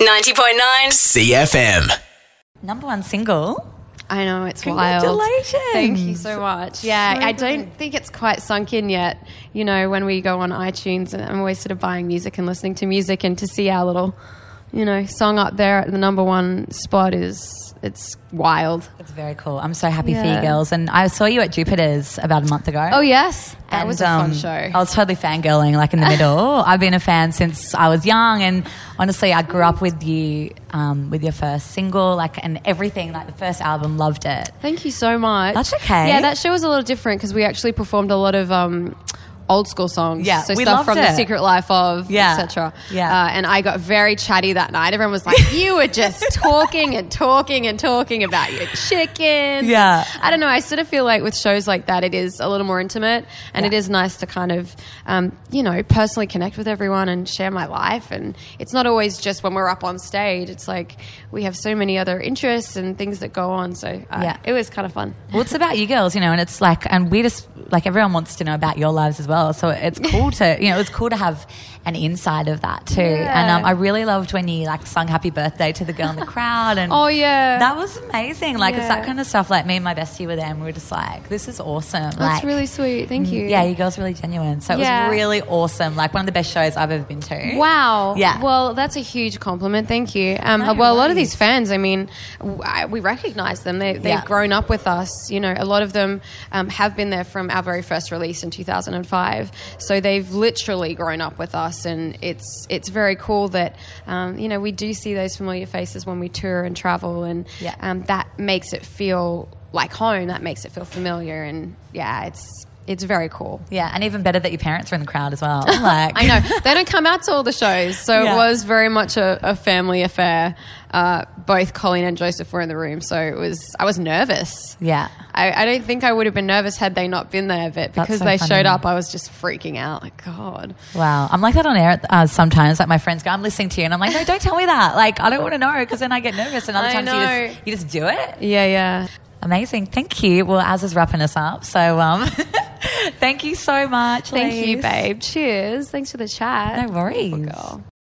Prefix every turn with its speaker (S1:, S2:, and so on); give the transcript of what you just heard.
S1: 90.9
S2: CFM.
S3: Number one single.
S4: I know it's
S3: Congratulations.
S4: wild. Thank you so much. Yeah, I don't think it's quite sunk in yet. You know, when we go on iTunes, and I'm always sort of buying music and listening to music, and to see our little, you know, song up there at the number one spot is it's wild.
S3: It's very cool. I'm so happy for you
S4: Yeah.
S3: girls. And I saw you at Jupiter's about a month ago.
S4: Oh yes, that
S3: And,
S4: was a fun
S3: um,
S4: show.
S3: I was totally fangirling, like in the middle. I've been a fan since I was young, and honestly, I grew up with you, um, with your first single, like and everything, like the first album, loved it.
S4: Thank you so much.
S3: That's okay.
S4: Yeah, that show was a little different because we actually performed a lot of um, old school songs.
S3: Yeah,
S4: so
S3: we
S4: stuff
S3: loved
S4: from
S3: it.
S4: The Secret Life of,
S3: Yeah.
S4: etc.
S3: Yeah.
S4: uh, and I got very chatty that night. Everyone was like, "You were just talking and talking and talking about your chickens."
S3: Yeah.
S4: I don't know. I sort of feel like with shows like that, it is a little more intimate, and it is nice to kind of, um, you know, personally connect with everyone and share my life. And it's not always just when we're up on stage. It's like we have so many other interests and things that go on. So uh,
S3: Yeah.
S4: it was kind of fun.
S3: Well, it's about you girls, you know, and it's like, and we just like everyone wants to know about your lives as well. So it's cool to, you know, it's cool to have an inside of that too.
S4: Yeah.
S3: And um, I really loved when you like sung "Happy Birthday" to the girl in the crowd, and
S4: Oh, yeah.
S3: that was amazing. Like it's that
S4: Yeah.
S3: kind of stuff. Like me and my bestie were there, and we were just like, "This is awesome!"
S4: That's
S3: like, mm,
S4: really sweet. Thank you.
S3: Yeah, you girls are really genuine. So it
S4: Yeah.
S3: was really awesome. Like one of the best shows I've ever been to.
S4: Wow.
S3: Yeah.
S4: Well, that's a huge compliment. Thank you. Um,
S3: No
S4: well, a lot of
S3: worries.
S4: these fans, I mean, w- I- we recognize them. They, they've
S3: Yeah.
S4: grown up with us. You know, a lot of them um, have been there from our very first release in 2005. So they've literally grown up with us. And it's it's very cool that, um, you know, we do see those familiar faces when we tour and travel. And
S3: Yeah.
S4: um, that makes it feel like home. That makes it feel familiar. And yeah, it's. It's very cool.
S3: Yeah, and even better that your parents were in the crowd as well. Like
S4: I know they don't come out to all the shows, so
S3: Yeah.
S4: it was very much a, a family affair. Uh, both Colleen and Joseph were in the room, so it was. I was nervous.
S3: Yeah.
S4: I, I don't think I would have been nervous had they not been there, but because
S3: so
S4: they
S3: funny.
S4: showed up, I was just freaking out. Like God,
S3: Wow, I'm like that on air uh, sometimes. Like my friends go, "I'm listening to you," and I'm like, "No, don't tell me that. Like I don't want to know because then I get nervous." And other
S4: I
S3: times you
S4: know.
S3: just you just do it.
S4: yeah, yeah.
S3: Amazing, thank you. Well, Az is wrapping us up, so um, thank you so much.
S4: Thank you,
S3: Lise.
S4: babe. Cheers. Thanks for the chat.
S3: No worries.
S4: Beautiful girl.